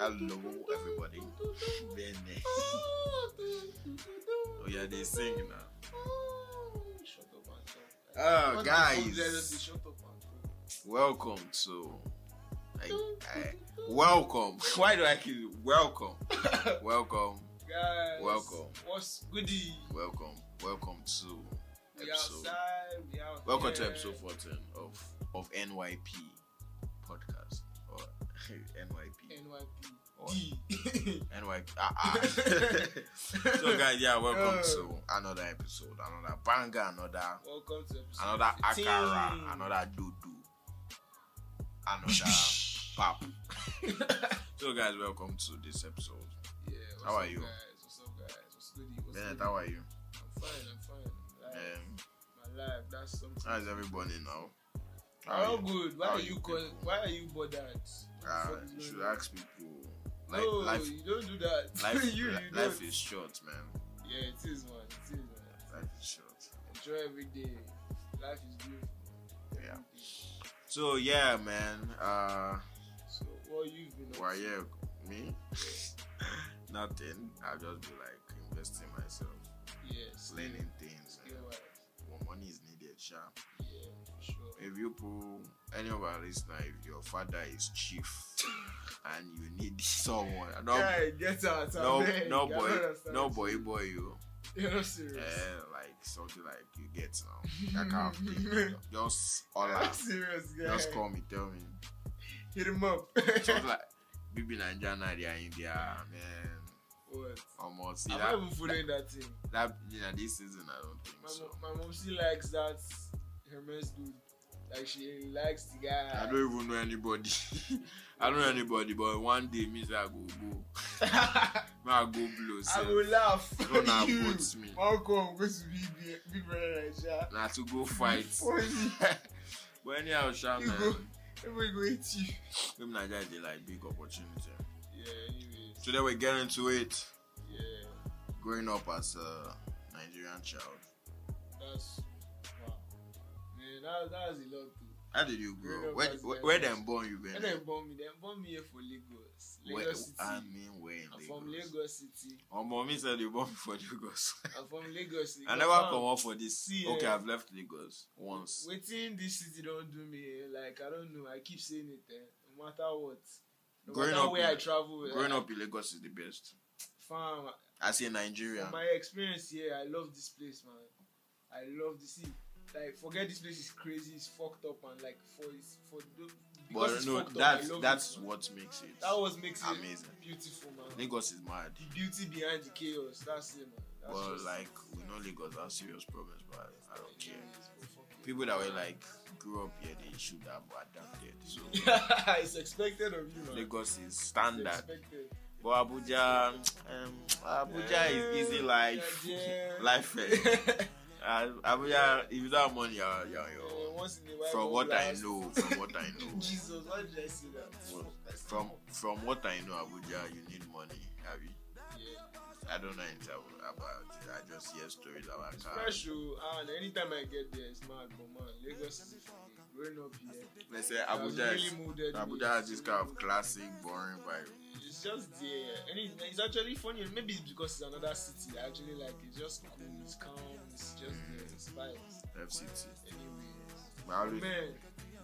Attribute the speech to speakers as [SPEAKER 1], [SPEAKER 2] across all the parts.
[SPEAKER 1] Hello, everybody. Oh, Very nice. Oh, yeah, they sing now.
[SPEAKER 2] Shut up and talk.
[SPEAKER 1] Oh,
[SPEAKER 2] What I'm so jealous is
[SPEAKER 1] guys,
[SPEAKER 2] shut up and talk.
[SPEAKER 1] welcome to. I, I, welcome. Why do I keep. Welcome. welcome.
[SPEAKER 2] Guys,
[SPEAKER 1] Welcome.
[SPEAKER 2] What's goody?
[SPEAKER 1] Welcome. Welcome to.
[SPEAKER 2] We
[SPEAKER 1] Episode.
[SPEAKER 2] outside. We out
[SPEAKER 1] Welcome
[SPEAKER 2] here.
[SPEAKER 1] to episode 14 of, of NYP podcast. Or NYP.
[SPEAKER 2] NYPD.
[SPEAKER 1] NYP. Ah, ah. so, guys, yeah, welcome
[SPEAKER 2] Oh.
[SPEAKER 1] to another episode, another banger, another
[SPEAKER 2] Welcome to episode
[SPEAKER 1] another
[SPEAKER 2] 15.
[SPEAKER 1] akara, another dudu, another pap. so, guys, welcome to this episode.
[SPEAKER 2] Yeah, what's
[SPEAKER 1] How are
[SPEAKER 2] up,
[SPEAKER 1] you?
[SPEAKER 2] Guys? What's up, guys? What's goody? What's
[SPEAKER 1] Bennett,
[SPEAKER 2] goody?
[SPEAKER 1] how are you?
[SPEAKER 2] I'm fine. I'm fine. Life,
[SPEAKER 1] Um,
[SPEAKER 2] My life. That's something.
[SPEAKER 1] how's everybody now?
[SPEAKER 2] I'm
[SPEAKER 1] How are you?
[SPEAKER 2] good. Why
[SPEAKER 1] How
[SPEAKER 2] are
[SPEAKER 1] are
[SPEAKER 2] you
[SPEAKER 1] you
[SPEAKER 2] call,
[SPEAKER 1] people?
[SPEAKER 2] Why are you bothered?
[SPEAKER 1] Ah,
[SPEAKER 2] Fuck
[SPEAKER 1] you
[SPEAKER 2] no,
[SPEAKER 1] should
[SPEAKER 2] no.
[SPEAKER 1] ask people. Like,
[SPEAKER 2] no,
[SPEAKER 1] life,
[SPEAKER 2] you don't do that.
[SPEAKER 1] life,
[SPEAKER 2] you, you
[SPEAKER 1] li-
[SPEAKER 2] don't.
[SPEAKER 1] life is short, man.
[SPEAKER 2] Yeah, it is, man. It is, man.
[SPEAKER 1] Life is short.
[SPEAKER 2] Enjoy every day. Life is beautiful. Every
[SPEAKER 1] Yeah.
[SPEAKER 2] day.
[SPEAKER 1] So, yeah, man. Uh,
[SPEAKER 2] So what you've been up
[SPEAKER 1] Why
[SPEAKER 2] to?
[SPEAKER 1] yeah, me? Nothing. I've just been like investing myself,
[SPEAKER 2] Yes.
[SPEAKER 1] learning things.
[SPEAKER 2] Yeah,
[SPEAKER 1] and
[SPEAKER 2] right.
[SPEAKER 1] When money is needed, sha.
[SPEAKER 2] Yeah, for sure.
[SPEAKER 1] If you pull any of our listeners, if your father is chief and you need someone, no,
[SPEAKER 2] Guy, get out.
[SPEAKER 1] no,
[SPEAKER 2] abeg.
[SPEAKER 1] no
[SPEAKER 2] I don't
[SPEAKER 1] boy,
[SPEAKER 2] understand
[SPEAKER 1] no
[SPEAKER 2] you.
[SPEAKER 1] boy, boy, you,
[SPEAKER 2] You're not
[SPEAKER 1] eh,
[SPEAKER 2] serious.
[SPEAKER 1] like something like you get now. That kind of thing. Just all
[SPEAKER 2] You're not
[SPEAKER 1] out.
[SPEAKER 2] serious, guy.
[SPEAKER 1] Just call me, tell me.
[SPEAKER 2] Hit him up.
[SPEAKER 1] Something like Bibi Nigeria, Nadia, India, man.
[SPEAKER 2] what?
[SPEAKER 1] Almost.
[SPEAKER 2] I'm not even following that thing.
[SPEAKER 1] That you know, this season, I don't think
[SPEAKER 2] My,
[SPEAKER 1] so.
[SPEAKER 2] mo- my mom she likes that Hermes dude. Like she likes the guy.
[SPEAKER 1] I don't even know anybody. I don't know anybody, but one day, means I go go. Me, I go blow.
[SPEAKER 2] I
[SPEAKER 1] sef.
[SPEAKER 2] will laugh.
[SPEAKER 1] Don't have
[SPEAKER 2] You.
[SPEAKER 1] boots me.
[SPEAKER 2] Malcolm goes to be big brother Naija.
[SPEAKER 1] Na to go fight.
[SPEAKER 2] Funny.
[SPEAKER 1] but anyhow, sha
[SPEAKER 2] You go.
[SPEAKER 1] man,
[SPEAKER 2] Everybody go hate you.
[SPEAKER 1] Team Nigeria is a, like big opportunity.
[SPEAKER 2] Yeah, anyways.
[SPEAKER 1] Today we're getting to it.
[SPEAKER 2] Yeah,
[SPEAKER 1] Growing up as a Nigerian child,
[SPEAKER 2] that's wow. Man, that that's a lot too.
[SPEAKER 1] how did you
[SPEAKER 2] Growing
[SPEAKER 1] grow?
[SPEAKER 2] up
[SPEAKER 1] Where
[SPEAKER 2] as a
[SPEAKER 1] where, where
[SPEAKER 2] Nigerian
[SPEAKER 1] them born you
[SPEAKER 2] And
[SPEAKER 1] been?
[SPEAKER 2] then bomb me, then bomb me here for Lagos.
[SPEAKER 1] Where,
[SPEAKER 2] Lagos City.
[SPEAKER 1] I
[SPEAKER 2] I'm,
[SPEAKER 1] mean, where in Lagos?
[SPEAKER 2] from Lagos City.
[SPEAKER 1] Omo, me said you born me for Lagos.
[SPEAKER 2] I'm from Lagos City.
[SPEAKER 1] I never come out for this.
[SPEAKER 2] See,
[SPEAKER 1] okay,
[SPEAKER 2] eh,
[SPEAKER 1] I've left Lagos once.
[SPEAKER 2] Waiting this city don't do me. eh, Like I don't know. I keep saying it. Eh. No matter what. No
[SPEAKER 1] Growing
[SPEAKER 2] matter
[SPEAKER 1] up
[SPEAKER 2] where
[SPEAKER 1] in-
[SPEAKER 2] I travel. eh,
[SPEAKER 1] Growing
[SPEAKER 2] like,
[SPEAKER 1] up in Lagos is the best.
[SPEAKER 2] Fam,
[SPEAKER 1] As a
[SPEAKER 2] from
[SPEAKER 1] Nigerian,
[SPEAKER 2] my experience here, I love this place, man. I love the city. Like, forget this place is crazy, it's fucked up, and like, for it's for the, because
[SPEAKER 1] but
[SPEAKER 2] it's
[SPEAKER 1] no,
[SPEAKER 2] fucked up. I
[SPEAKER 1] that's
[SPEAKER 2] love
[SPEAKER 1] that's
[SPEAKER 2] it, man.
[SPEAKER 1] what makes it.
[SPEAKER 2] that was makes it
[SPEAKER 1] amazing.
[SPEAKER 2] beautiful, man.
[SPEAKER 1] Lagos is mad,
[SPEAKER 2] the beauty behind the chaos. That's it, man. That's
[SPEAKER 1] but
[SPEAKER 2] just-
[SPEAKER 1] like we know Lagos have serious problems, but I don't care.
[SPEAKER 2] Yes, but fuck it.
[SPEAKER 1] People that were like grew up here, they should have adapted. So
[SPEAKER 2] it's expected of you, man.
[SPEAKER 1] Lagos is
[SPEAKER 2] It's
[SPEAKER 1] standard,
[SPEAKER 2] expected.
[SPEAKER 1] but Abuja, um, Abuja is easy life.
[SPEAKER 2] Yeah, yeah.
[SPEAKER 1] Life, eh. Uh, Abuja, if you don't have money, you're, you're,
[SPEAKER 2] Yeah,
[SPEAKER 1] you're
[SPEAKER 2] once in a while,
[SPEAKER 1] from
[SPEAKER 2] we'll
[SPEAKER 1] what I
[SPEAKER 2] blast.
[SPEAKER 1] know, from what I know.
[SPEAKER 2] Jesus, why did I say that?
[SPEAKER 1] Well, From from what I know, Abuja, you need money, have you?
[SPEAKER 2] Yeah.
[SPEAKER 1] I don't know anything ab- about it. I just hear stories about cars.
[SPEAKER 2] Fresh oh, and anytime I get there, it's mad. But man, Lagos is fucking growing up here.
[SPEAKER 1] They say
[SPEAKER 2] It has
[SPEAKER 1] Abuja, is,
[SPEAKER 2] molded me.
[SPEAKER 1] Abuja has this kind of classic, boring vibe.
[SPEAKER 2] It's just there, and it, it's actually funny. Maybe it's because it's another city. I actually like it's just cool, it's calm, it's just there, it's vibes.
[SPEAKER 1] FCT.
[SPEAKER 2] Anyways,
[SPEAKER 1] But I always-
[SPEAKER 2] man,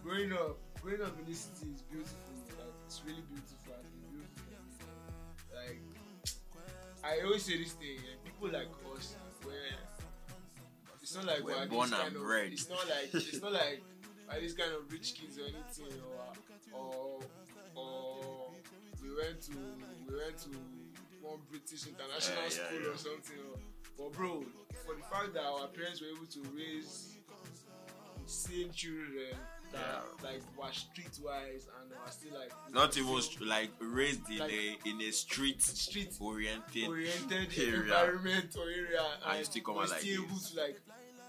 [SPEAKER 2] growing up, growing up in this city is beautiful. Like it's really beautiful. It's been beautiful. for me. Like I always say this thing, eh, people like us, where it's not like
[SPEAKER 1] We're
[SPEAKER 2] are this
[SPEAKER 1] born and
[SPEAKER 2] kind of-
[SPEAKER 1] bred.
[SPEAKER 2] It's not like it's not like are these kind of rich kids or anything or or or we went to we went to one British international
[SPEAKER 1] Yeah, yeah,
[SPEAKER 2] school
[SPEAKER 1] yeah.
[SPEAKER 2] or something. Or, but bro, for the fact that our parents were able to raise same children that like were streetwise and are still like
[SPEAKER 1] not
[SPEAKER 2] still
[SPEAKER 1] even st- like raised in
[SPEAKER 2] Like-
[SPEAKER 1] a in a street
[SPEAKER 2] Street-
[SPEAKER 1] oriented
[SPEAKER 2] oriented
[SPEAKER 1] area.
[SPEAKER 2] environment or area
[SPEAKER 1] And you still come
[SPEAKER 2] we're
[SPEAKER 1] out like
[SPEAKER 2] still able
[SPEAKER 1] this.
[SPEAKER 2] to like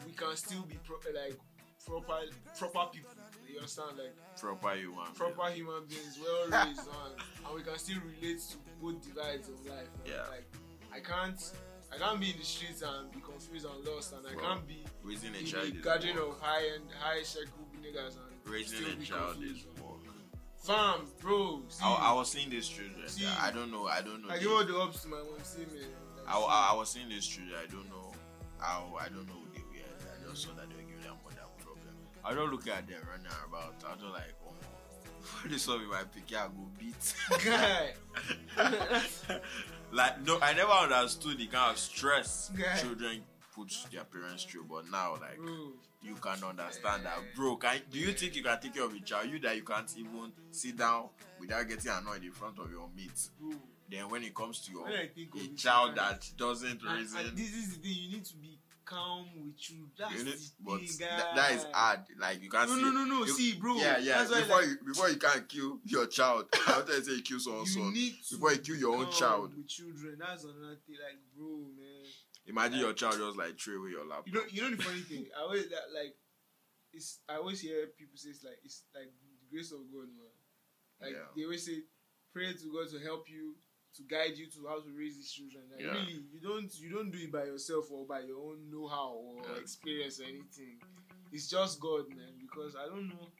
[SPEAKER 2] we can still be pro- like proper proper people you understand like
[SPEAKER 1] proper human.
[SPEAKER 2] proper human beings well raised and, and we can still relate to both divides of life man.
[SPEAKER 1] Yeah.
[SPEAKER 2] like i can't i can't be in the streets and be confused and lost and i
[SPEAKER 1] Bro,
[SPEAKER 2] can't be
[SPEAKER 1] Raising a
[SPEAKER 2] in
[SPEAKER 1] child
[SPEAKER 2] the
[SPEAKER 1] is
[SPEAKER 2] garden
[SPEAKER 1] work.
[SPEAKER 2] of high end high circle niggas and
[SPEAKER 1] Raising
[SPEAKER 2] still
[SPEAKER 1] a
[SPEAKER 2] be
[SPEAKER 1] child
[SPEAKER 2] confused
[SPEAKER 1] is work.
[SPEAKER 2] Fam, bro. See,
[SPEAKER 1] I, I was seeing these children.
[SPEAKER 2] See.
[SPEAKER 1] I don't know. I don't know.
[SPEAKER 2] I
[SPEAKER 1] the-
[SPEAKER 2] give all the ups to my mom. See me. Like,
[SPEAKER 1] I, I, I was seeing these children. I don't know how. I don't know who they were. I just saw that they were giving their mother problem. I don't look at them running about. I don't like. Oh, when they saw me, my picky, I go beat.
[SPEAKER 2] guy.
[SPEAKER 1] like no, I never understood the kind of stress
[SPEAKER 2] Guy.
[SPEAKER 1] children put their parents through. But now, like.
[SPEAKER 2] Bro.
[SPEAKER 1] You can understand that,
[SPEAKER 2] Yeah.
[SPEAKER 1] bro. Can do you think you can take care of a child? You that you can't even sit down without getting annoyed in front of your mate.
[SPEAKER 2] Bro.
[SPEAKER 1] Then when it comes to your
[SPEAKER 2] When I think of
[SPEAKER 1] a
[SPEAKER 2] it,
[SPEAKER 1] child
[SPEAKER 2] sometimes-
[SPEAKER 1] that doesn't
[SPEAKER 2] And,
[SPEAKER 1] reason,
[SPEAKER 2] and this is the thing. You need to be calm with you. That's
[SPEAKER 1] You
[SPEAKER 2] the
[SPEAKER 1] know,
[SPEAKER 2] thing,
[SPEAKER 1] but
[SPEAKER 2] guy.
[SPEAKER 1] tha- that is hard. Like you can't.
[SPEAKER 2] No,
[SPEAKER 1] see
[SPEAKER 2] no, no, no.
[SPEAKER 1] You-
[SPEAKER 2] see, bro.
[SPEAKER 1] Yeah, yeah.
[SPEAKER 2] That's why,
[SPEAKER 1] before
[SPEAKER 2] like,
[SPEAKER 1] you before you can kill your child, after you say you kill
[SPEAKER 2] you
[SPEAKER 1] someone's son,
[SPEAKER 2] need to
[SPEAKER 1] before you kill your own
[SPEAKER 2] calm
[SPEAKER 1] child,
[SPEAKER 2] With children, that's another thing. Like, bro, man.
[SPEAKER 1] imagine your child just like throw away your laptop.
[SPEAKER 2] You know, you know the funny thing. I always that like, it's. I always hear people say it's like it's like the grace of God, man. Like
[SPEAKER 1] Yeah.
[SPEAKER 2] they always say, pray to God to help you, to guide you to how to raise these children. Like
[SPEAKER 1] Yeah.
[SPEAKER 2] really, you don't you don't do it by yourself or by your own know-how or
[SPEAKER 1] Yeah.
[SPEAKER 2] experience or anything. It's just God, man. Because I don't know.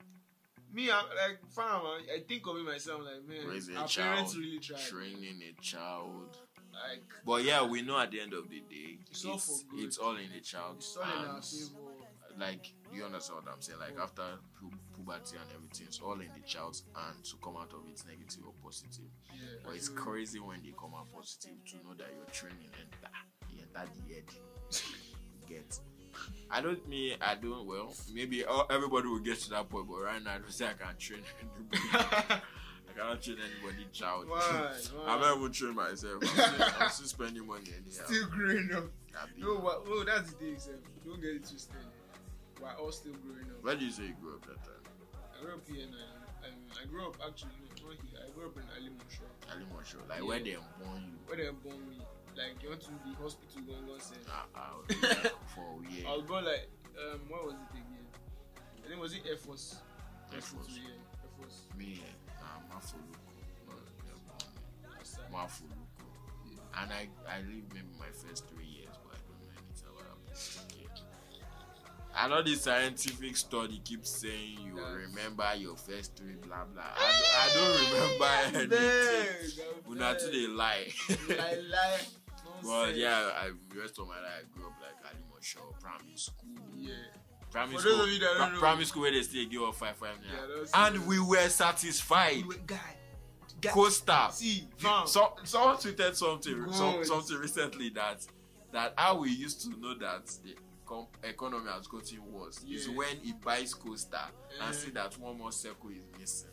[SPEAKER 2] Me, I'm like fam. I, I think of it myself. Like man,
[SPEAKER 1] Raising a
[SPEAKER 2] our
[SPEAKER 1] child,
[SPEAKER 2] parents really tried.
[SPEAKER 1] Training a child,
[SPEAKER 2] Like
[SPEAKER 1] but yeah, we know at the end of the day,
[SPEAKER 2] It's
[SPEAKER 1] it's
[SPEAKER 2] all
[SPEAKER 1] it's,
[SPEAKER 2] for good.
[SPEAKER 1] all in the child's
[SPEAKER 2] it's all in our
[SPEAKER 1] hands.
[SPEAKER 2] favor.
[SPEAKER 1] Like you understand what I'm saying? Like after pu- puberty and everything, it's all in the child's hands to come out of it negative or positive.
[SPEAKER 2] Yeah,
[SPEAKER 1] But it's
[SPEAKER 2] so-
[SPEAKER 1] crazy when they come out positive to know that you're training and that you enter the head. You get. I don't mean I don't well, maybe all- everybody will get to that point, but right now I don't say I can train anybody. I cannot train anybody child.
[SPEAKER 2] Why?
[SPEAKER 1] I'm
[SPEAKER 2] Why?
[SPEAKER 1] not even train myself. I'm still, I'm still spending money anyhow.
[SPEAKER 2] still growing up.
[SPEAKER 1] Abi.
[SPEAKER 2] No, what? No, that's the thing, sir. Don't get it twisted. We're all still growing up.
[SPEAKER 1] Where do you say you grew up that time?
[SPEAKER 2] I grew up here, and I, I, I grew up actually no, not here. I grew up in Alimosho,
[SPEAKER 1] Ali Mosho. Like where they born you.
[SPEAKER 2] where they born me. Like you want to the hospital going on, sir.
[SPEAKER 1] Ah, ah, like, for a year.
[SPEAKER 2] I was born like um, what was it again? I think was it Air Force?
[SPEAKER 1] Air Force.
[SPEAKER 2] Yeah, Air Force.
[SPEAKER 1] Me, I'm Afoluku.
[SPEAKER 2] That's that.
[SPEAKER 1] Mafuluku. And I, I lived maybe my first three years, but I don't know anything about application. I know the scientific study keeps saying you
[SPEAKER 2] Yeah.
[SPEAKER 1] remember your first three, blah blah. I, don't- I don't remember anything.
[SPEAKER 2] Damn,
[SPEAKER 1] Una too they lie.
[SPEAKER 2] I lie.
[SPEAKER 1] But
[SPEAKER 2] Nonsense.
[SPEAKER 1] yeah, I the rest of my life I grew up like Alimo Shaw, primary school.
[SPEAKER 2] Yeah.
[SPEAKER 1] Primary
[SPEAKER 2] For
[SPEAKER 1] school.
[SPEAKER 2] those of you that don't
[SPEAKER 1] pri-
[SPEAKER 2] know-
[SPEAKER 1] primary school where they still give up five five
[SPEAKER 2] Yeah,
[SPEAKER 1] naira.
[SPEAKER 2] that's-
[SPEAKER 1] and we were satisfied.
[SPEAKER 2] You a guy. guy.
[SPEAKER 1] Costa.
[SPEAKER 2] See, fam.
[SPEAKER 1] So someone tweeted something
[SPEAKER 2] Good.
[SPEAKER 1] some, something recently that that how we used to know that the com- economy has gotten worse is
[SPEAKER 2] Yeah.
[SPEAKER 1] when it buys coaster
[SPEAKER 2] Eh.
[SPEAKER 1] and see that one more circle is missing.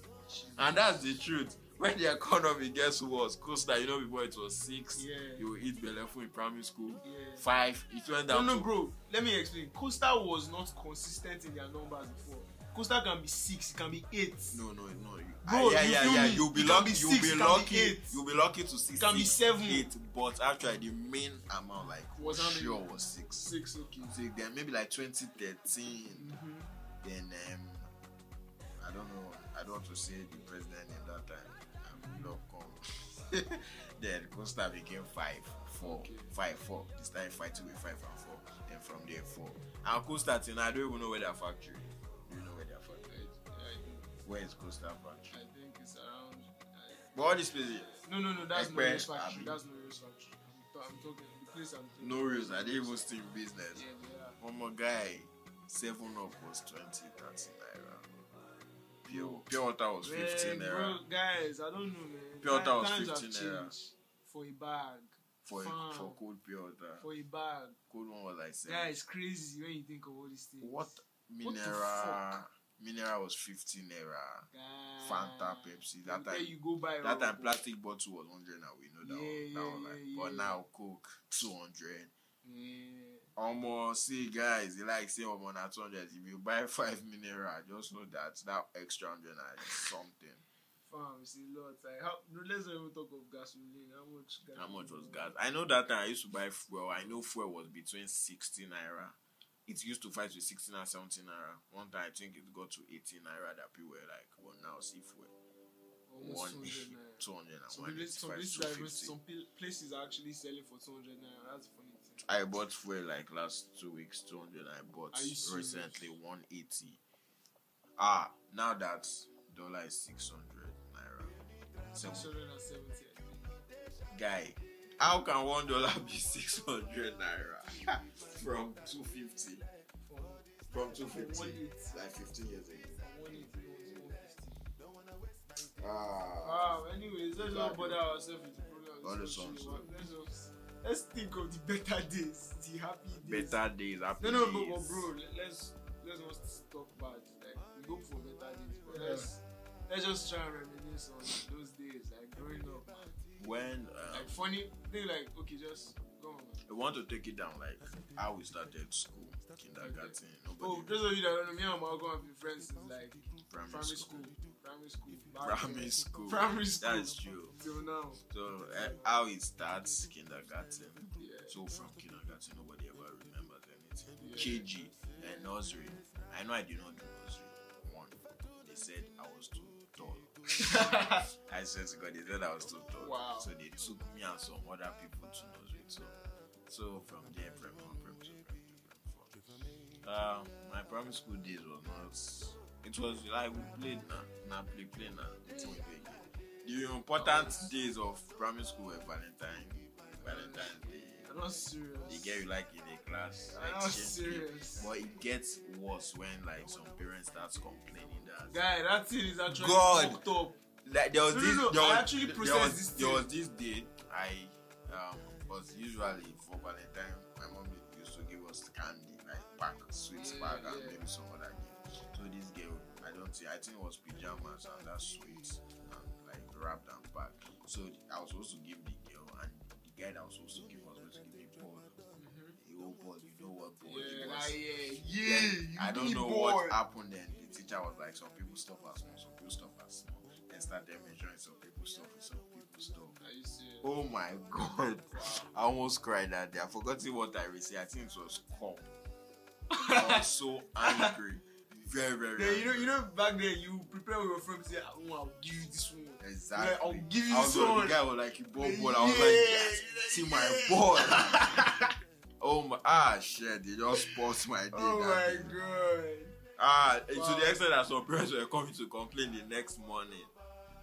[SPEAKER 1] And that's the truth. When the economy gets worse, coaster, you know before it was six,
[SPEAKER 2] Yeah.
[SPEAKER 1] you would eat belleful in primary school,
[SPEAKER 2] Yeah.
[SPEAKER 1] five, it went
[SPEAKER 2] No,
[SPEAKER 1] down
[SPEAKER 2] no,
[SPEAKER 1] to
[SPEAKER 2] bro. Let me explain. Costa was not consistent in their numbers before. Costa can be six, it can be eight.
[SPEAKER 1] no, no, no. You,
[SPEAKER 2] Bro,
[SPEAKER 1] ah, yeah,
[SPEAKER 2] you
[SPEAKER 1] yeah,
[SPEAKER 2] feel
[SPEAKER 1] yeah.
[SPEAKER 2] me?
[SPEAKER 1] You'll be
[SPEAKER 2] It can
[SPEAKER 1] lucky.
[SPEAKER 2] be
[SPEAKER 1] You'll
[SPEAKER 2] six,
[SPEAKER 1] be
[SPEAKER 2] it can be
[SPEAKER 1] lucky.
[SPEAKER 2] eight.
[SPEAKER 1] You'll be lucky to see
[SPEAKER 2] It can be
[SPEAKER 1] six,
[SPEAKER 2] seven.
[SPEAKER 1] eight. But actually, the main amount, like,
[SPEAKER 2] Was
[SPEAKER 1] was
[SPEAKER 2] how many?
[SPEAKER 1] sure was six.
[SPEAKER 2] Six, okay.
[SPEAKER 1] music then maybe like 2013
[SPEAKER 2] Mm-hmm.
[SPEAKER 1] then um i don't know i don't want to say the president in that time i'm not come then costa became five four
[SPEAKER 2] Okay.
[SPEAKER 1] five four they started fighting with five and four then from there four and costa till now i don't even know where their factory is. do you know where their
[SPEAKER 2] I,
[SPEAKER 1] factory
[SPEAKER 2] I,
[SPEAKER 1] is? where is costa factory
[SPEAKER 2] I think it's around. I,
[SPEAKER 1] but all these places
[SPEAKER 2] no, no, no. That's
[SPEAKER 1] Ekpe,
[SPEAKER 2] no Rose factory.
[SPEAKER 1] Abi.
[SPEAKER 2] That's no Rose factory. I'm, t- I'm talking the place I'm talking.
[SPEAKER 1] no rules are they even still in business
[SPEAKER 2] Yeah, they are.
[SPEAKER 1] one more guy seven up was 20 30 naira pure, pure water was 15
[SPEAKER 2] Man,
[SPEAKER 1] naira
[SPEAKER 2] Eh, Bro, guys, I don't know, man.
[SPEAKER 1] Pure water was
[SPEAKER 2] Times have
[SPEAKER 1] 15 naira.
[SPEAKER 2] changed For a bag.
[SPEAKER 1] for
[SPEAKER 2] Fam.
[SPEAKER 1] for cold pure water.
[SPEAKER 2] For a bag.
[SPEAKER 1] cold one was like seven.
[SPEAKER 2] Yeah, it's crazy when you think of all these things.
[SPEAKER 1] what mineral?
[SPEAKER 2] fuck?
[SPEAKER 1] Mineral was fifteen naira.
[SPEAKER 2] Guys.
[SPEAKER 1] Fanta, Pepsi, that
[SPEAKER 2] There
[SPEAKER 1] time-
[SPEAKER 2] you go buy
[SPEAKER 1] That time
[SPEAKER 2] all-
[SPEAKER 1] plastic bottle was hundred now we know that one.
[SPEAKER 2] Yeah,
[SPEAKER 1] That one
[SPEAKER 2] yeah,
[SPEAKER 1] like,
[SPEAKER 2] yeah,
[SPEAKER 1] but
[SPEAKER 2] yeah.
[SPEAKER 1] now Coke two hundred.
[SPEAKER 2] Yeah.
[SPEAKER 1] Almost see guys, they like say almost at two hundred. If you buy five mineral, just know that that extra hundred naira is something.
[SPEAKER 2] Fam, it's a lot. Like, how, no, let's not even talk of gasoline. How much? Gasoline
[SPEAKER 1] How much was gas? I know that time I used to buy fuel. I know fuel was between 16 naira. It used to fight with 16 and 17 naira. One time I think it got to 18 naira that people were like, well, now see fuel.
[SPEAKER 2] Almost
[SPEAKER 1] One,
[SPEAKER 2] 200 naira.
[SPEAKER 1] 200 and
[SPEAKER 2] Some, places,
[SPEAKER 1] 185,
[SPEAKER 2] some, places are even,
[SPEAKER 1] 250.
[SPEAKER 2] some pla- places are actually selling for 200 naira. That's the funny thing.
[SPEAKER 1] I bought fuel like last two weeks, 200. I bought
[SPEAKER 2] Are you serious?
[SPEAKER 1] recently 180. Ah, now that dollar is 600. So,
[SPEAKER 2] six hundred and seventy. I think.
[SPEAKER 1] guy, how can one dollar be six hundred naira from two fifty? From two fifty, like fifteen years ago.
[SPEAKER 2] One eighty, one fifty.
[SPEAKER 1] Ah,
[SPEAKER 2] Wow. Anyways, let's not bother ourselves with the problem.
[SPEAKER 1] All the
[SPEAKER 2] Let's
[SPEAKER 1] songs.
[SPEAKER 2] just- Let's just let's think of the better days, the happy days.
[SPEAKER 1] better days. Happy
[SPEAKER 2] No, no,
[SPEAKER 1] days.
[SPEAKER 2] but, but bro, le- let's let's not talk bad. Like we hope for better days, but let's let's just try and reminisce on those days, like growing up.
[SPEAKER 1] When um,
[SPEAKER 2] Like funny thing, like okay, just go on. man.
[SPEAKER 1] I want to take it down, like how we started school, kindergarten, nobody
[SPEAKER 2] Oh, those of you that don't know, me and Malcolm have been friends since like
[SPEAKER 1] primary,
[SPEAKER 2] primary
[SPEAKER 1] school.
[SPEAKER 2] school, primary school, back
[SPEAKER 1] Primary
[SPEAKER 2] then,
[SPEAKER 1] school.
[SPEAKER 2] Primary school.
[SPEAKER 1] That's true.
[SPEAKER 2] till now.
[SPEAKER 1] So uh, how it starts kindergarten.
[SPEAKER 2] Yeah.
[SPEAKER 1] So from kindergarten, nobody ever remembers anything.
[SPEAKER 2] Yeah.
[SPEAKER 1] KG and nursery. I know I did not do nursery. One, they said I was too tall. I swear to God, they said I was too tall.
[SPEAKER 2] Wow.
[SPEAKER 1] So they took me and some other people to nursery. So, so from there, prep one, prep two, prep three, prep four. Um, my primary school days was not. It was like we played now, now play play now. It was big. The important days of primary school were Valentine, Valentine's Day,
[SPEAKER 2] I'm not serious.
[SPEAKER 1] the girl you like in a class.
[SPEAKER 2] I'm
[SPEAKER 1] Like,
[SPEAKER 2] not
[SPEAKER 1] she-
[SPEAKER 2] serious.
[SPEAKER 1] But it gets worse when like some parents starts complaining that
[SPEAKER 2] Guy, that thing is actually
[SPEAKER 1] God.
[SPEAKER 2] fucked up.
[SPEAKER 1] like there was
[SPEAKER 2] No, no,
[SPEAKER 1] this
[SPEAKER 2] no,
[SPEAKER 1] there
[SPEAKER 2] I
[SPEAKER 1] was,
[SPEAKER 2] actually
[SPEAKER 1] there
[SPEAKER 2] processed
[SPEAKER 1] was-
[SPEAKER 2] this
[SPEAKER 1] there
[SPEAKER 2] thing.
[SPEAKER 1] was this day I um was usually for Valentine my mom used to give us candy like pack sweets
[SPEAKER 2] Yeah,
[SPEAKER 1] pack
[SPEAKER 2] yeah.
[SPEAKER 1] and maybe some other gift. So this girl I don't see I think it was pajamas and that sweets and like wrapped and packed. So I was supposed to give the girl and the guy that was supposed to give was supposed to give the ball. The old ball, you know what ball
[SPEAKER 2] Yeah,
[SPEAKER 1] it was.
[SPEAKER 2] like, yeah, yeah.
[SPEAKER 1] Then,
[SPEAKER 2] you
[SPEAKER 1] I don't
[SPEAKER 2] big
[SPEAKER 1] know
[SPEAKER 2] boy.
[SPEAKER 1] what happened then. The teacher was like, some people stop us more, some people stop us more. And started measuring some people stop, some people stop.
[SPEAKER 2] Are you serious?
[SPEAKER 1] Oh my god. I almost cried that day. I forgot what I received. I think it was cum. I was so angry. Very, very
[SPEAKER 2] Then you know,
[SPEAKER 1] angry.
[SPEAKER 2] you know, back then you prepare with your friend say, "Ah, oh, I'll give you this one.
[SPEAKER 1] Exactly.
[SPEAKER 2] I'll give you
[SPEAKER 1] I was
[SPEAKER 2] this
[SPEAKER 1] like,
[SPEAKER 2] one.
[SPEAKER 1] the guy was like, you bought ball. I was
[SPEAKER 2] Yeah,
[SPEAKER 1] like, yes,
[SPEAKER 2] yeah,
[SPEAKER 1] see my
[SPEAKER 2] yeah.
[SPEAKER 1] ball. oh my, ah, shit. They just paused my day.
[SPEAKER 2] Oh
[SPEAKER 1] that
[SPEAKER 2] my
[SPEAKER 1] day.
[SPEAKER 2] god.
[SPEAKER 1] Ah,
[SPEAKER 2] Wow.
[SPEAKER 1] to the extent that some parents were coming to complain the next morning.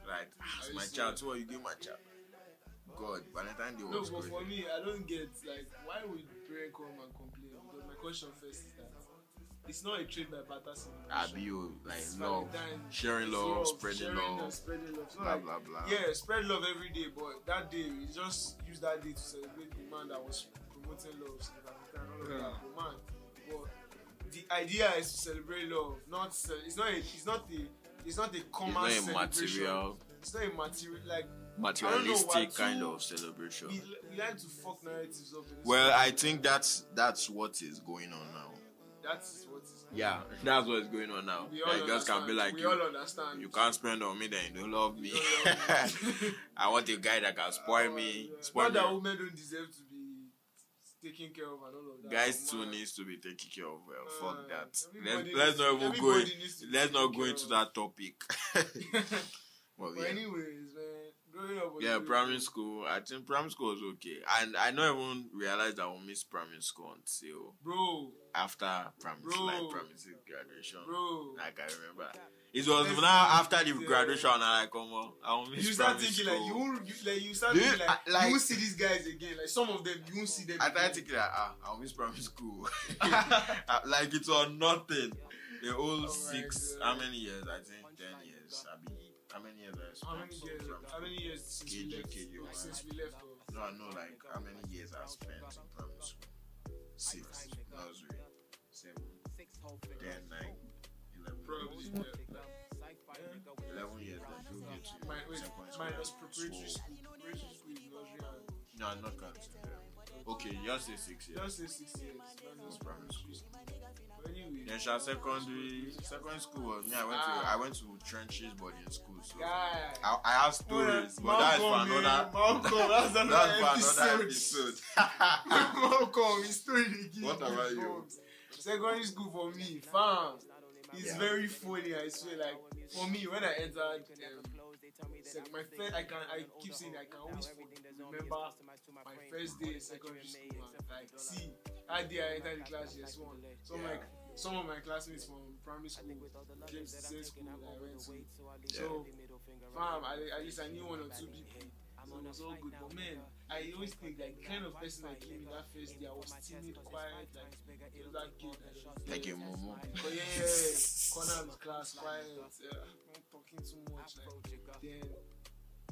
[SPEAKER 1] Like, ah, it's
[SPEAKER 2] Are you
[SPEAKER 1] my
[SPEAKER 2] serious?
[SPEAKER 1] child, so what you give my child? God, Valentine Day
[SPEAKER 2] No,
[SPEAKER 1] was
[SPEAKER 2] but
[SPEAKER 1] crazy.
[SPEAKER 2] for me, I don't get like why would parents come and complain? Because my question first is that it's not a trade by barter celebration.
[SPEAKER 1] I be you, like,
[SPEAKER 2] It's
[SPEAKER 1] love,
[SPEAKER 2] Valentine.
[SPEAKER 1] sharing
[SPEAKER 2] It's
[SPEAKER 1] love, spreading
[SPEAKER 2] sharing and
[SPEAKER 1] love,
[SPEAKER 2] spreading love. It's not
[SPEAKER 1] blah,
[SPEAKER 2] like-
[SPEAKER 1] blah, blah.
[SPEAKER 2] Yeah, spread love every day, but that day we just use that day to celebrate the man that was promoting love, so that we can all of that. But man, but the idea is to celebrate love, not ce- it's not a, it's not the it's not a
[SPEAKER 1] It's
[SPEAKER 2] common
[SPEAKER 1] not a
[SPEAKER 2] celebration.
[SPEAKER 1] material,
[SPEAKER 2] It's not a material like I
[SPEAKER 1] materialistic
[SPEAKER 2] don't know why
[SPEAKER 1] kind
[SPEAKER 2] too-
[SPEAKER 1] of celebration.
[SPEAKER 2] we, we like to fuck narratives up. In this
[SPEAKER 1] Well, I
[SPEAKER 2] country.
[SPEAKER 1] think that's that's what is going on now.
[SPEAKER 2] that's what is.
[SPEAKER 1] Yeah, that's what is going on now.
[SPEAKER 2] We all
[SPEAKER 1] Like, girls can be
[SPEAKER 2] understand.
[SPEAKER 1] like,
[SPEAKER 2] we
[SPEAKER 1] you,
[SPEAKER 2] all understand.
[SPEAKER 1] you can't spend on me, then you don't love me.
[SPEAKER 2] You don't love me. Oh,
[SPEAKER 1] I want a guy that can spoil me,
[SPEAKER 2] Uh, Yeah.
[SPEAKER 1] spoil
[SPEAKER 2] Not that
[SPEAKER 1] me.
[SPEAKER 2] women don't deserve to be taken care of and all of that.
[SPEAKER 1] guys too
[SPEAKER 2] Man.
[SPEAKER 1] needs to be taken care of well
[SPEAKER 2] oh, Uh,
[SPEAKER 1] fuck that
[SPEAKER 2] everybody
[SPEAKER 1] let's, let's not
[SPEAKER 2] needs-
[SPEAKER 1] even go in,
[SPEAKER 2] everybody needs to be
[SPEAKER 1] let's not
[SPEAKER 2] taken
[SPEAKER 1] go
[SPEAKER 2] care
[SPEAKER 1] into
[SPEAKER 2] of.
[SPEAKER 1] that topic well
[SPEAKER 2] But
[SPEAKER 1] yeah
[SPEAKER 2] anyways, man, growing up. was
[SPEAKER 1] yeah
[SPEAKER 2] really-
[SPEAKER 1] primary school i think primary school was okay and i not even realized i will miss primary school until Oh,
[SPEAKER 2] Bro,
[SPEAKER 1] after primary
[SPEAKER 2] Bro.
[SPEAKER 1] like primary six graduation
[SPEAKER 2] bro.
[SPEAKER 1] like i remember it was
[SPEAKER 2] Let's-
[SPEAKER 1] now after the
[SPEAKER 2] yeah.
[SPEAKER 1] graduation i like come on i will miss
[SPEAKER 2] you start
[SPEAKER 1] primary
[SPEAKER 2] thinking
[SPEAKER 1] school.
[SPEAKER 2] like you, won't- you like you start
[SPEAKER 1] Dude,
[SPEAKER 2] thinking like,
[SPEAKER 1] I- like-
[SPEAKER 2] you won't see these guys again. Like some of them you won't see them.
[SPEAKER 1] I started
[SPEAKER 2] again.
[SPEAKER 1] thinking that ah, I'll miss primary school. Ah, like it was nothing. The whole
[SPEAKER 2] Oh my
[SPEAKER 1] six,
[SPEAKER 2] God.
[SPEAKER 1] how many years? I think 10 years. I be, how many years I spent
[SPEAKER 2] How many
[SPEAKER 1] from
[SPEAKER 2] years?
[SPEAKER 1] primary
[SPEAKER 2] How many
[SPEAKER 1] school?
[SPEAKER 2] years since we
[SPEAKER 1] KG,
[SPEAKER 2] left?
[SPEAKER 1] KG,
[SPEAKER 2] like,
[SPEAKER 1] right?
[SPEAKER 2] since we left. off?
[SPEAKER 1] No, I know like how many years I spent in primary school. Six, nursery, seven, then nine, eleven.
[SPEAKER 2] Probably,
[SPEAKER 1] years.
[SPEAKER 2] yeah.
[SPEAKER 1] Eleven years that you get to
[SPEAKER 2] My, wait,
[SPEAKER 1] secondary school.
[SPEAKER 2] minus preparatory
[SPEAKER 1] So-
[SPEAKER 2] school, preparatory school is nursery and
[SPEAKER 1] No, I'm not counting them. Okay, just say six years.
[SPEAKER 2] just say six years. That's
[SPEAKER 1] That's
[SPEAKER 2] just
[SPEAKER 1] primary school.
[SPEAKER 2] But anyway,
[SPEAKER 1] Then shall secondary secondary school was me. I went to
[SPEAKER 2] Ah.
[SPEAKER 1] I went to trenches but in school. So
[SPEAKER 2] guy.
[SPEAKER 1] I, I have stories, but that's for
[SPEAKER 2] Malcolm,
[SPEAKER 1] another
[SPEAKER 2] eh, Malcolm, that's another
[SPEAKER 1] that's for another
[SPEAKER 2] episode.
[SPEAKER 1] episode.
[SPEAKER 2] Malcolm, his story dey give
[SPEAKER 1] What about you?
[SPEAKER 2] goosebumps. Secondary school for me, fam. It's
[SPEAKER 1] Yeah.
[SPEAKER 2] very funny, I swear. Like for me, when I entered, um, sec- my first, I can, I keep saying I can always fo- remember my first day in secondary school. Man. Like, see, that day I entered the class, yes one. So
[SPEAKER 1] Yeah.
[SPEAKER 2] like, some of my classmates from primary school,
[SPEAKER 3] James
[SPEAKER 2] same school I went to.
[SPEAKER 1] Yeah.
[SPEAKER 3] So,
[SPEAKER 2] Fam,
[SPEAKER 3] fam,
[SPEAKER 2] I,
[SPEAKER 3] I,
[SPEAKER 2] at least I knew one or two people. So it was all good. But man, I always think like the kind of person that came in that first day, I was timid, quiet, like you know, that kid. that was
[SPEAKER 1] Thank you,
[SPEAKER 2] there.
[SPEAKER 1] Momo.
[SPEAKER 2] But yeah, yeah, yeah. corner of the class, quiet, yeah, not talking too much. Like then,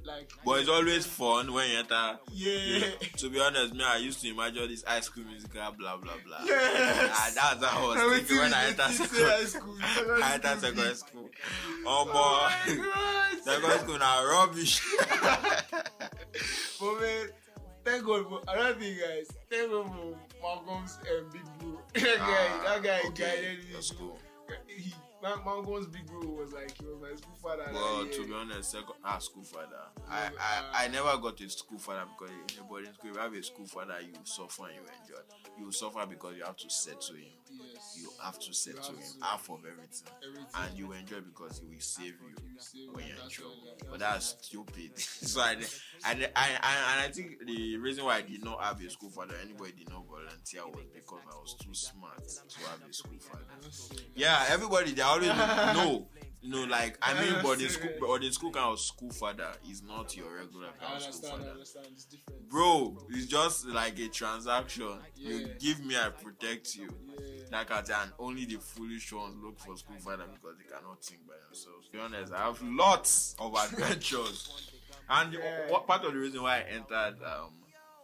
[SPEAKER 2] like
[SPEAKER 1] But it's always fun when you enter.
[SPEAKER 2] yeah.
[SPEAKER 1] to be honest, me, I used to imagine all this high school musical, blah blah blah. Ah,
[SPEAKER 2] Yes.
[SPEAKER 1] that's how I was thinking when I entered secondary.
[SPEAKER 2] school.
[SPEAKER 1] I entered secondary school. Oh boy,
[SPEAKER 2] Oh my
[SPEAKER 1] secondary
[SPEAKER 2] God.
[SPEAKER 1] school now rubbish.
[SPEAKER 2] But man, thank God for another thing, guys. Thank God for Malcolm's um, big bro. that guy, that guy guided me.
[SPEAKER 1] Ah, That's
[SPEAKER 2] bro.
[SPEAKER 1] cool.
[SPEAKER 2] He, Mal- Malcolm's big bro was like he was my school father. like,
[SPEAKER 1] Well,
[SPEAKER 2] yeah.
[SPEAKER 1] to be honest, second, ah, school father. I, I, I never got a school father because in a boarding school, if you have a school father, you suffer and you enjoy. You suffer because you have to settle him.
[SPEAKER 2] yes.
[SPEAKER 1] You have to settle
[SPEAKER 2] have
[SPEAKER 1] him
[SPEAKER 2] to.
[SPEAKER 1] half of everything.
[SPEAKER 2] Everything.
[SPEAKER 1] And you enjoy because he will save you.
[SPEAKER 2] see,
[SPEAKER 1] when you're in
[SPEAKER 2] that's
[SPEAKER 1] trouble.
[SPEAKER 2] what-
[SPEAKER 1] But that's stupid. so I, I, I, I, and I think the reason why I did not have a school father, anybody did not volunteer, was because I was too smart to have a school father. Yeah, everybody they always no, no. Like I mean, but the school, but the school kind of school father is not your regular
[SPEAKER 2] I
[SPEAKER 1] kind of school
[SPEAKER 2] understand. I
[SPEAKER 1] father.
[SPEAKER 2] understand. It's different.
[SPEAKER 1] Bro, it's just like a transaction. You
[SPEAKER 2] Yeah.
[SPEAKER 1] give me, I protect you.
[SPEAKER 2] Yeah.
[SPEAKER 1] That cat and only the foolish ones look for school father because they cannot think by themselves. To be honest, I have lots of adventures, and the-
[SPEAKER 2] Yeah.
[SPEAKER 1] what part of the reason why I entered um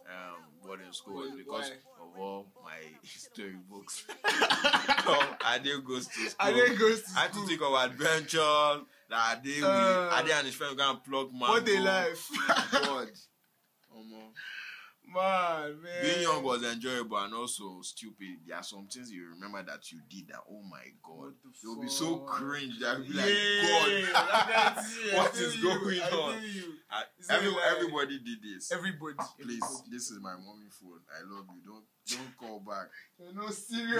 [SPEAKER 1] um boarding school was
[SPEAKER 2] Wait,
[SPEAKER 1] because
[SPEAKER 2] why?
[SPEAKER 1] of all my storybooks. I didn't go to school.
[SPEAKER 2] I didn't go to school.
[SPEAKER 1] I had to think of adventures. That I did.
[SPEAKER 2] Uh,
[SPEAKER 1] I did and his friend go and pluck my
[SPEAKER 2] what a life.
[SPEAKER 1] God. Omo.
[SPEAKER 2] Man, man.
[SPEAKER 1] Being young was enjoyable and also stupid. There are some things you remember that you did that oh my god,
[SPEAKER 2] What the
[SPEAKER 1] you'll be so
[SPEAKER 2] fuck?
[SPEAKER 1] cringe that you'll be
[SPEAKER 2] Yeah,
[SPEAKER 1] like, God,
[SPEAKER 2] that's it. I
[SPEAKER 1] what
[SPEAKER 2] feel
[SPEAKER 1] is
[SPEAKER 2] you,
[SPEAKER 1] going
[SPEAKER 2] I feel
[SPEAKER 1] on?
[SPEAKER 2] you.
[SPEAKER 1] I-
[SPEAKER 2] It's
[SPEAKER 1] every-
[SPEAKER 2] like-
[SPEAKER 1] everybody did this.
[SPEAKER 2] Everybody,
[SPEAKER 1] Please, this is my mommy phone. I love you. Don't don't call back.
[SPEAKER 2] You're
[SPEAKER 1] You
[SPEAKER 2] no
[SPEAKER 1] know,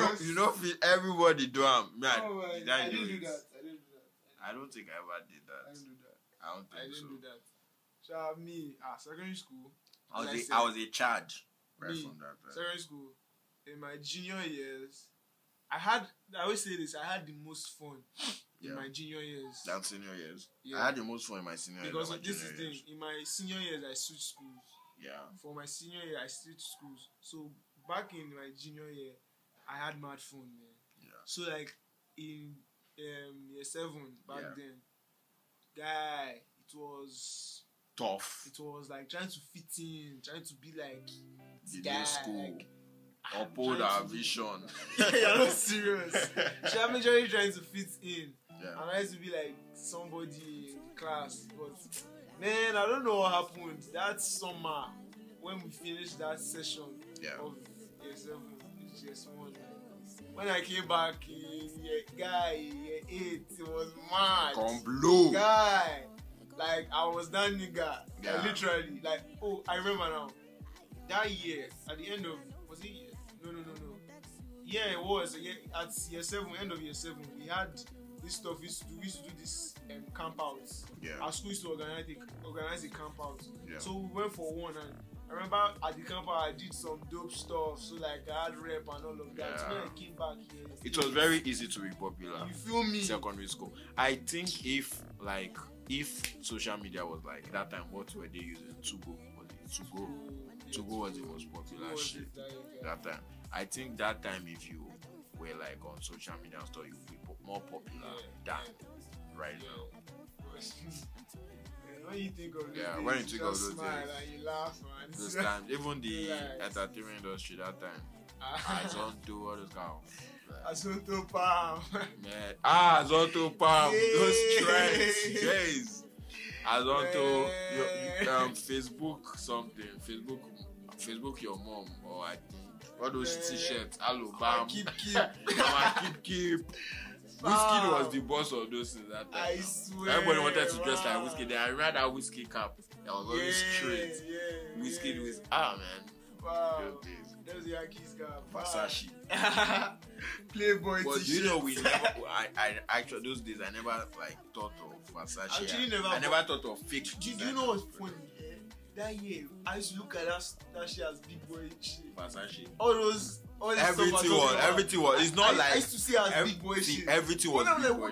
[SPEAKER 2] serious.
[SPEAKER 1] you know feel everybody do am. Man,
[SPEAKER 2] Oh my-
[SPEAKER 1] did I,
[SPEAKER 2] I
[SPEAKER 1] do
[SPEAKER 2] didn't do
[SPEAKER 1] it?
[SPEAKER 2] that. I didn't do that.
[SPEAKER 1] I don't think I ever did
[SPEAKER 2] I
[SPEAKER 1] that.
[SPEAKER 2] didn't do that.
[SPEAKER 1] I don't
[SPEAKER 2] I
[SPEAKER 1] think
[SPEAKER 2] didn't
[SPEAKER 1] so.
[SPEAKER 2] do that. So me, ah, secondary school,
[SPEAKER 1] I
[SPEAKER 2] Like I
[SPEAKER 1] was
[SPEAKER 2] said,
[SPEAKER 1] a, I was a charge right
[SPEAKER 2] me,
[SPEAKER 1] from that time.
[SPEAKER 2] secondary school, in my junior years, I had. I always say this. I had the most fun
[SPEAKER 1] Yeah.
[SPEAKER 2] in my junior years.
[SPEAKER 1] Than senior years.
[SPEAKER 2] Yeah.
[SPEAKER 1] I had the most fun in my senior years.
[SPEAKER 2] because
[SPEAKER 1] than
[SPEAKER 2] of
[SPEAKER 1] my
[SPEAKER 2] this is
[SPEAKER 1] junior
[SPEAKER 2] the thing.
[SPEAKER 1] years.
[SPEAKER 2] In my senior years, I switched schools.
[SPEAKER 1] Yeah.
[SPEAKER 2] For my senior year, I switched schools. So back in my junior year, I had mad fun, man.
[SPEAKER 1] Yeah.
[SPEAKER 2] So like in um, year seven back
[SPEAKER 1] Yeah.
[SPEAKER 2] then, guy, it was
[SPEAKER 1] Tough.
[SPEAKER 2] it was like trying to fit in, trying to be like
[SPEAKER 1] in
[SPEAKER 2] guy,
[SPEAKER 1] this school.
[SPEAKER 2] like, I'm
[SPEAKER 1] Uphold
[SPEAKER 2] trying
[SPEAKER 1] our
[SPEAKER 2] to-
[SPEAKER 1] vision.
[SPEAKER 2] You're not serious. She had majorly trying to fit in.
[SPEAKER 1] yeah.
[SPEAKER 2] And I used to be like somebody in class. But man, I don't know what happened that summer when we finished that session
[SPEAKER 1] Yeah.
[SPEAKER 2] of year seven, which is one. When I came back, in year, guy, in year eight, it was mad.
[SPEAKER 1] Come blue.
[SPEAKER 2] guy. Like I was that nigga.
[SPEAKER 1] Yeah.
[SPEAKER 2] Like, literally. Like oh, I remember now. That year, at the end of was it? Year? No, no, no, no. Yeah, it was. Yeah, at year seven, end of year seven, we had this stuff. We used to do, we used to do this um, camp outs.
[SPEAKER 1] Yeah.
[SPEAKER 2] Our school used to organize a, organize a camp out.
[SPEAKER 1] Yeah.
[SPEAKER 2] So we went for one and. I remember at the camp out, I did some dope stuff, so like I had rep and all of that. So when
[SPEAKER 1] Yeah.
[SPEAKER 2] I came back here,
[SPEAKER 1] It was very easy to be popular.
[SPEAKER 2] you feel me?
[SPEAKER 1] Secondary school. I think if like if social media was like that time, what were they using? Tugo was it Tugo? Tugo was the most popular
[SPEAKER 2] Was
[SPEAKER 1] shit
[SPEAKER 2] it like, uh,
[SPEAKER 1] that time. I think that time if you were like on social media and stuff, you'd be po- more popular than right now.
[SPEAKER 2] when you think of those
[SPEAKER 1] Yeah,
[SPEAKER 2] days,
[SPEAKER 1] when you
[SPEAKER 2] you
[SPEAKER 1] think of
[SPEAKER 2] just
[SPEAKER 1] those
[SPEAKER 2] smile
[SPEAKER 1] days.
[SPEAKER 2] and you laugh, man.
[SPEAKER 1] This time, even the
[SPEAKER 2] Right.
[SPEAKER 1] entertainment industry that time, I don't do all those kind of.
[SPEAKER 2] Ah, I saw to palm.
[SPEAKER 1] Man. Ah, Azonto Palm, those
[SPEAKER 2] Yeah.
[SPEAKER 1] trends. Jeez. Azonto,
[SPEAKER 2] Yeah.
[SPEAKER 1] your- um, Facebook something. Facebook, Facebook your mom or I think. All those
[SPEAKER 2] Yeah.
[SPEAKER 1] t-shirts, Alobam,
[SPEAKER 2] Keep keep.
[SPEAKER 1] keep keep. Whiskey was the boss of those things that
[SPEAKER 2] I
[SPEAKER 1] time.
[SPEAKER 2] swear.
[SPEAKER 1] Everybody wanted to dress like
[SPEAKER 2] wow.
[SPEAKER 1] whiskey. Then I remember that whiskey cap that was
[SPEAKER 2] Yeah,
[SPEAKER 1] always straight.
[SPEAKER 2] yeah,
[SPEAKER 1] Whiskey
[SPEAKER 2] yeah.
[SPEAKER 1] with ah man,
[SPEAKER 2] Wow.
[SPEAKER 1] those days.
[SPEAKER 2] That was the Yankees guy. Wow.
[SPEAKER 1] Versace.
[SPEAKER 2] Playboy
[SPEAKER 1] But
[SPEAKER 2] t-shirt.
[SPEAKER 1] do you know we never? I, I actually those days I never like thought of Versace.
[SPEAKER 2] Actually, never-
[SPEAKER 1] I never thought of fake.
[SPEAKER 2] Do you, do
[SPEAKER 1] designer.
[SPEAKER 2] you know what's funny? eh? That year, I used to look at that, that shit as big boy shit.
[SPEAKER 1] Versace?
[SPEAKER 2] all those all this stuff we're
[SPEAKER 1] everything
[SPEAKER 2] talking
[SPEAKER 1] was
[SPEAKER 2] about.
[SPEAKER 1] everything was. It's not
[SPEAKER 2] I, I
[SPEAKER 1] like
[SPEAKER 2] used to see her
[SPEAKER 1] every-
[SPEAKER 2] big boy
[SPEAKER 1] see,
[SPEAKER 2] shit.
[SPEAKER 1] everything was
[SPEAKER 2] When I'm
[SPEAKER 1] big
[SPEAKER 2] like,
[SPEAKER 1] boy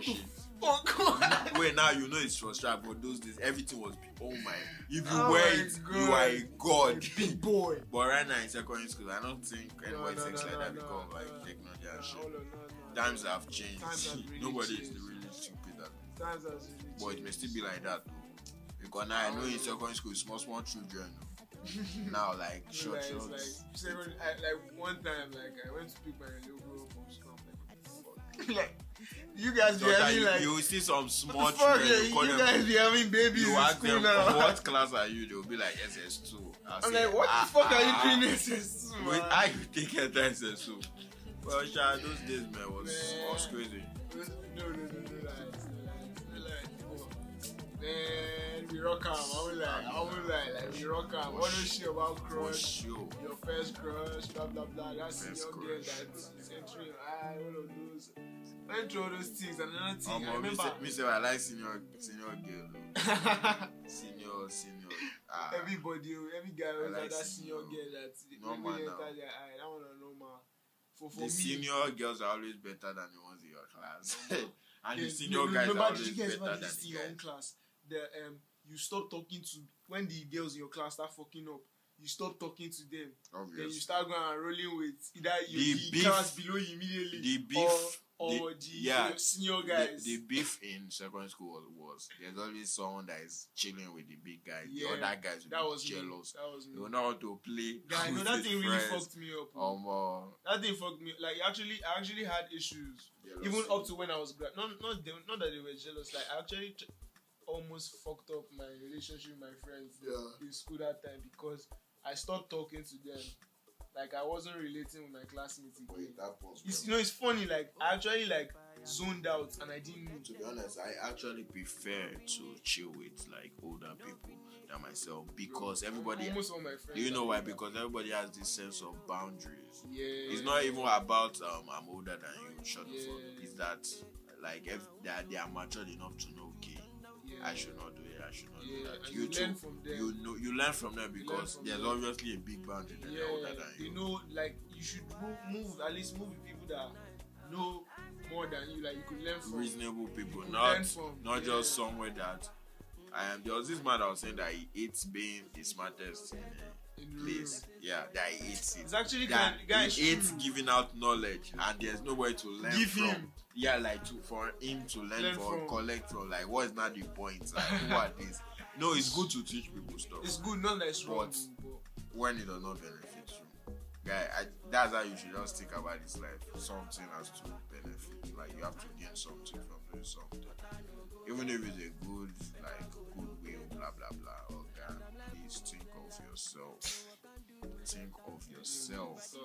[SPEAKER 2] what
[SPEAKER 1] shit.
[SPEAKER 2] the fuck?
[SPEAKER 1] Wait, now you know it's from strap, but those days everything was big. Oh my! If you
[SPEAKER 2] Oh
[SPEAKER 1] wear
[SPEAKER 2] my
[SPEAKER 1] it, you are a god.
[SPEAKER 2] big boy.
[SPEAKER 1] But right now in secondary school, I don't think
[SPEAKER 2] No,
[SPEAKER 1] anybody
[SPEAKER 2] no,
[SPEAKER 1] thinks
[SPEAKER 2] no,
[SPEAKER 1] like
[SPEAKER 2] no,
[SPEAKER 1] that
[SPEAKER 2] no,
[SPEAKER 1] because
[SPEAKER 2] no.
[SPEAKER 1] like technology
[SPEAKER 2] Nah,
[SPEAKER 1] and
[SPEAKER 2] hold
[SPEAKER 1] shit.
[SPEAKER 2] on, no, no,
[SPEAKER 1] Times
[SPEAKER 2] no.
[SPEAKER 1] have changed.
[SPEAKER 2] Times have really
[SPEAKER 1] Nobody is
[SPEAKER 2] changed.
[SPEAKER 1] really stupid that
[SPEAKER 2] Times has really
[SPEAKER 1] but it may
[SPEAKER 2] changed.
[SPEAKER 1] still be like that though. because now I know in secondary school small small children now like
[SPEAKER 2] Like,
[SPEAKER 1] short
[SPEAKER 2] Hmm. it's like,
[SPEAKER 1] shorts.
[SPEAKER 2] seven, I, like one time, like I went to pick my little girl from school. I'm like, what the fuck? like, you guys be
[SPEAKER 1] Sometimes
[SPEAKER 2] having
[SPEAKER 1] you,
[SPEAKER 2] like,
[SPEAKER 1] you will see some small
[SPEAKER 2] what the fuck?
[SPEAKER 1] children.
[SPEAKER 2] yeah,
[SPEAKER 1] call
[SPEAKER 2] you
[SPEAKER 1] them-
[SPEAKER 2] guys be having babies
[SPEAKER 1] you
[SPEAKER 2] in
[SPEAKER 1] ask
[SPEAKER 2] school
[SPEAKER 1] them "Oh,
[SPEAKER 2] now.
[SPEAKER 1] what class are you? They'll be like SS two. "Ah,
[SPEAKER 2] I'm like, what the fuck are you doing this? is,
[SPEAKER 1] With
[SPEAKER 2] man?"
[SPEAKER 1] I you take your time SS two. Well, sha, those days man was was
[SPEAKER 2] Man.
[SPEAKER 1] crazy.
[SPEAKER 2] No, no, no, no, lies, no, lies, no, lies. Oh, Man, we rock 'em. I was like, I was like, like we rock 'em. All those shit about
[SPEAKER 1] For
[SPEAKER 2] crush,
[SPEAKER 1] sure.
[SPEAKER 2] your first crush, blah blah blah. That's
[SPEAKER 1] First
[SPEAKER 2] young girl
[SPEAKER 1] crush.
[SPEAKER 2] that's entering. Ah, all of those. Went through all those things and another thing.
[SPEAKER 1] Um,
[SPEAKER 2] I
[SPEAKER 1] me,
[SPEAKER 2] remember.
[SPEAKER 1] say- me say I like senior senior girl. though. Senior senior. Ah,
[SPEAKER 2] Everybody, every guy
[SPEAKER 1] I
[SPEAKER 2] was
[SPEAKER 1] like
[SPEAKER 2] like that
[SPEAKER 1] senior.
[SPEAKER 2] senior girl that
[SPEAKER 1] Normal
[SPEAKER 2] really
[SPEAKER 1] now.
[SPEAKER 2] enter their eye. That one are normal. For for
[SPEAKER 1] the
[SPEAKER 2] me,
[SPEAKER 1] senior girls are always better than the ones in your class. and the
[SPEAKER 2] Yes,
[SPEAKER 1] senior
[SPEAKER 2] re-
[SPEAKER 1] guys are
[SPEAKER 2] remember,
[SPEAKER 1] always
[SPEAKER 2] did you guys
[SPEAKER 1] better
[SPEAKER 2] ever
[SPEAKER 1] than
[SPEAKER 2] do this in
[SPEAKER 1] the
[SPEAKER 2] your own
[SPEAKER 1] guys.
[SPEAKER 2] class? The um, you stop talking to when the girls in your class start fucking up. You stop talking to them, then you
[SPEAKER 1] Obviously.
[SPEAKER 2] start going and rolling with either
[SPEAKER 1] The
[SPEAKER 2] you the,
[SPEAKER 1] beef-
[SPEAKER 2] class below you immediately,
[SPEAKER 1] The beef
[SPEAKER 2] or,
[SPEAKER 1] the-
[SPEAKER 2] or the,
[SPEAKER 1] yeah,
[SPEAKER 2] your senior
[SPEAKER 1] the,
[SPEAKER 2] guys.
[SPEAKER 1] the beef in secondary school was, was there's always someone that is chilling with the big guys.
[SPEAKER 2] Yeah,
[SPEAKER 1] the other guys will
[SPEAKER 2] that
[SPEAKER 1] be
[SPEAKER 2] was
[SPEAKER 1] jealous.
[SPEAKER 2] Me. That was me.
[SPEAKER 1] They will know how to play.
[SPEAKER 2] Guy, no,
[SPEAKER 1] with
[SPEAKER 2] that
[SPEAKER 1] his
[SPEAKER 2] thing really
[SPEAKER 1] friends.
[SPEAKER 2] fucked me up. oh.
[SPEAKER 1] Um, uh,
[SPEAKER 2] that thing fucked me. Like actually, I actually had issues.
[SPEAKER 1] jealous.
[SPEAKER 2] even up to when I was grad. Not not they, not that they were jealous. Like I actually t- almost fucked up my relationship with my friends
[SPEAKER 1] Yeah.
[SPEAKER 2] in school that time because I stopped talking to them. Like I wasn't relating with my classmates again.
[SPEAKER 1] Wait, that was
[SPEAKER 2] It's, you know, it's funny. Like I actually like zoned out and I didn't. know.
[SPEAKER 1] to be honest, I actually prefer to chill with like older people than myself because everybody.
[SPEAKER 2] Almost all my friends.
[SPEAKER 1] Do you know
[SPEAKER 2] are
[SPEAKER 1] why?
[SPEAKER 2] like that.
[SPEAKER 1] Because everybody has this sense of boundaries.
[SPEAKER 2] yeah,
[SPEAKER 1] It's not even about um I'm older than you. Shut the fuck. up.
[SPEAKER 2] Yeah.
[SPEAKER 1] It's that like if they are, they are matured enough to know okay,
[SPEAKER 2] Yeah,
[SPEAKER 1] I should not do it. I should not do
[SPEAKER 2] Yeah,
[SPEAKER 1] that.
[SPEAKER 2] and
[SPEAKER 1] You,
[SPEAKER 2] you learn
[SPEAKER 1] too.
[SPEAKER 2] from them.
[SPEAKER 1] You know you learn from them
[SPEAKER 2] You learn
[SPEAKER 1] because
[SPEAKER 2] from
[SPEAKER 1] there's
[SPEAKER 2] them.
[SPEAKER 1] obviously a big boundary that they're older
[SPEAKER 2] Yeah,
[SPEAKER 1] than
[SPEAKER 2] they
[SPEAKER 1] you.
[SPEAKER 2] know like you should move, move at least move with people that know more than you. Like you could learn from.
[SPEAKER 1] Reasonable people,
[SPEAKER 2] You
[SPEAKER 1] not
[SPEAKER 2] learn from-
[SPEAKER 1] not
[SPEAKER 2] yeah.
[SPEAKER 1] just somewhere that I am. There was this man that was saying that he hates being the smartest in a
[SPEAKER 2] in the
[SPEAKER 1] place. Yeah, that he hates it.
[SPEAKER 2] It's actually
[SPEAKER 1] that
[SPEAKER 2] kind guys.
[SPEAKER 1] he hates giving out knowledge and there's no way to learn
[SPEAKER 2] Give
[SPEAKER 1] from.
[SPEAKER 2] him.
[SPEAKER 1] Yeah, like to, for him to learn,
[SPEAKER 2] Learn
[SPEAKER 1] from,
[SPEAKER 2] from.
[SPEAKER 1] collect from. Like, what is not the point? Like, who are these? No, it's good to teach people stuff
[SPEAKER 2] It's good, not that it's wrong.
[SPEAKER 1] But-
[SPEAKER 2] But
[SPEAKER 1] when it does not benefit you. Guy, I, that's how you should just think about this life. Something has to benefit. Like you have to gain something from doing something. Even if it's a good, like goodwill, blah blah blah. Oh God, please think of yourself. Think of yourself.
[SPEAKER 2] so,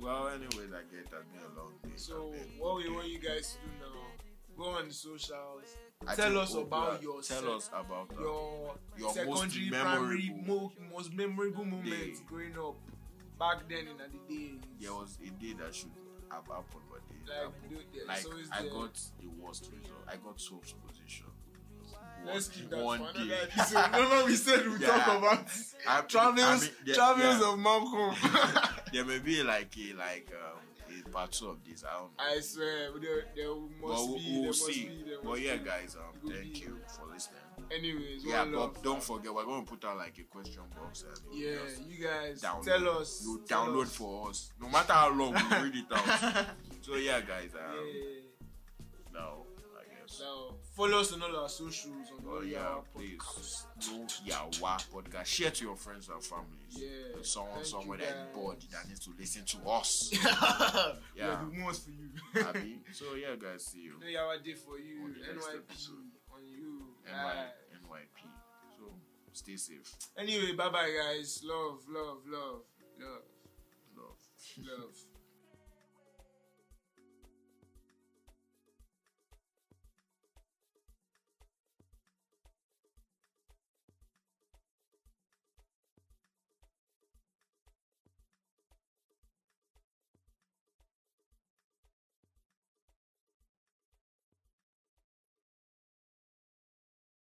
[SPEAKER 1] Well, anyways, I get that been a long day.
[SPEAKER 2] so
[SPEAKER 1] I've been-
[SPEAKER 2] what we want you guys to do now? Go on the socials.
[SPEAKER 1] I
[SPEAKER 2] tell
[SPEAKER 1] think
[SPEAKER 2] us
[SPEAKER 1] we'll
[SPEAKER 2] about
[SPEAKER 1] grab-
[SPEAKER 2] yourself.
[SPEAKER 1] Tell us about that.
[SPEAKER 2] Your,
[SPEAKER 1] Your most
[SPEAKER 2] secondary, primary,
[SPEAKER 1] memorable
[SPEAKER 2] mo- most memorable moments
[SPEAKER 1] day.
[SPEAKER 2] growing up back then in the days.
[SPEAKER 1] There was a day that should have happened, but it didn't happen.
[SPEAKER 2] like, dude, there's
[SPEAKER 1] like
[SPEAKER 2] always
[SPEAKER 1] I
[SPEAKER 2] there.
[SPEAKER 1] got the worst result. I got twelfth position.
[SPEAKER 2] Let's
[SPEAKER 1] One-
[SPEAKER 2] keep that
[SPEAKER 1] one
[SPEAKER 2] for
[SPEAKER 1] day.
[SPEAKER 2] another episode. Remember we said we'll
[SPEAKER 1] Yeah.
[SPEAKER 2] talk about
[SPEAKER 1] I-
[SPEAKER 2] travels,
[SPEAKER 1] I mean, there-
[SPEAKER 2] travels
[SPEAKER 1] yeah.
[SPEAKER 2] of Malcolm.
[SPEAKER 1] There may be like a like um, a part two of this. I don't know.
[SPEAKER 2] I swear, there, there must
[SPEAKER 1] but we'll,
[SPEAKER 2] be,
[SPEAKER 1] we'll
[SPEAKER 2] there must
[SPEAKER 1] see.
[SPEAKER 2] be, there must
[SPEAKER 1] but yeah,
[SPEAKER 2] be.
[SPEAKER 1] guys, um,
[SPEAKER 2] It will
[SPEAKER 1] thank
[SPEAKER 2] be.
[SPEAKER 1] you for listening.
[SPEAKER 2] Anyways,
[SPEAKER 1] Yeah,
[SPEAKER 2] one love.
[SPEAKER 1] but don't forget, we're going to put out like a question box. and you
[SPEAKER 2] Yeah,
[SPEAKER 1] just
[SPEAKER 2] you guys
[SPEAKER 1] download.
[SPEAKER 2] tell us.
[SPEAKER 1] You
[SPEAKER 2] tell
[SPEAKER 1] download
[SPEAKER 2] us.
[SPEAKER 1] for us, no matter how long we read it out. So yeah, guys.
[SPEAKER 2] yeah.
[SPEAKER 1] Um, now I guess.
[SPEAKER 2] Now follow us on all our socials on
[SPEAKER 1] Oh
[SPEAKER 2] all
[SPEAKER 1] yeah,
[SPEAKER 2] our
[SPEAKER 1] please.
[SPEAKER 2] podcasts.
[SPEAKER 1] No Yawa podcast. Share to your friends and families.
[SPEAKER 2] Yeah,
[SPEAKER 1] There's someone
[SPEAKER 2] thank you,
[SPEAKER 1] somewhere that is
[SPEAKER 2] guys.
[SPEAKER 1] bored that needs to listen to us.
[SPEAKER 2] yeah,
[SPEAKER 1] Yeah.
[SPEAKER 2] we are the ones for you.
[SPEAKER 1] Abi. So yeah, guys. See you.
[SPEAKER 2] No, yeah, I did for you.
[SPEAKER 1] On the next
[SPEAKER 2] NYP
[SPEAKER 1] episode.
[SPEAKER 2] on you.
[SPEAKER 1] NY,
[SPEAKER 2] Alright.
[SPEAKER 1] NYP. So stay safe.
[SPEAKER 2] Anyway, bye bye guys. Love, love, love, love,
[SPEAKER 1] Love.
[SPEAKER 2] love.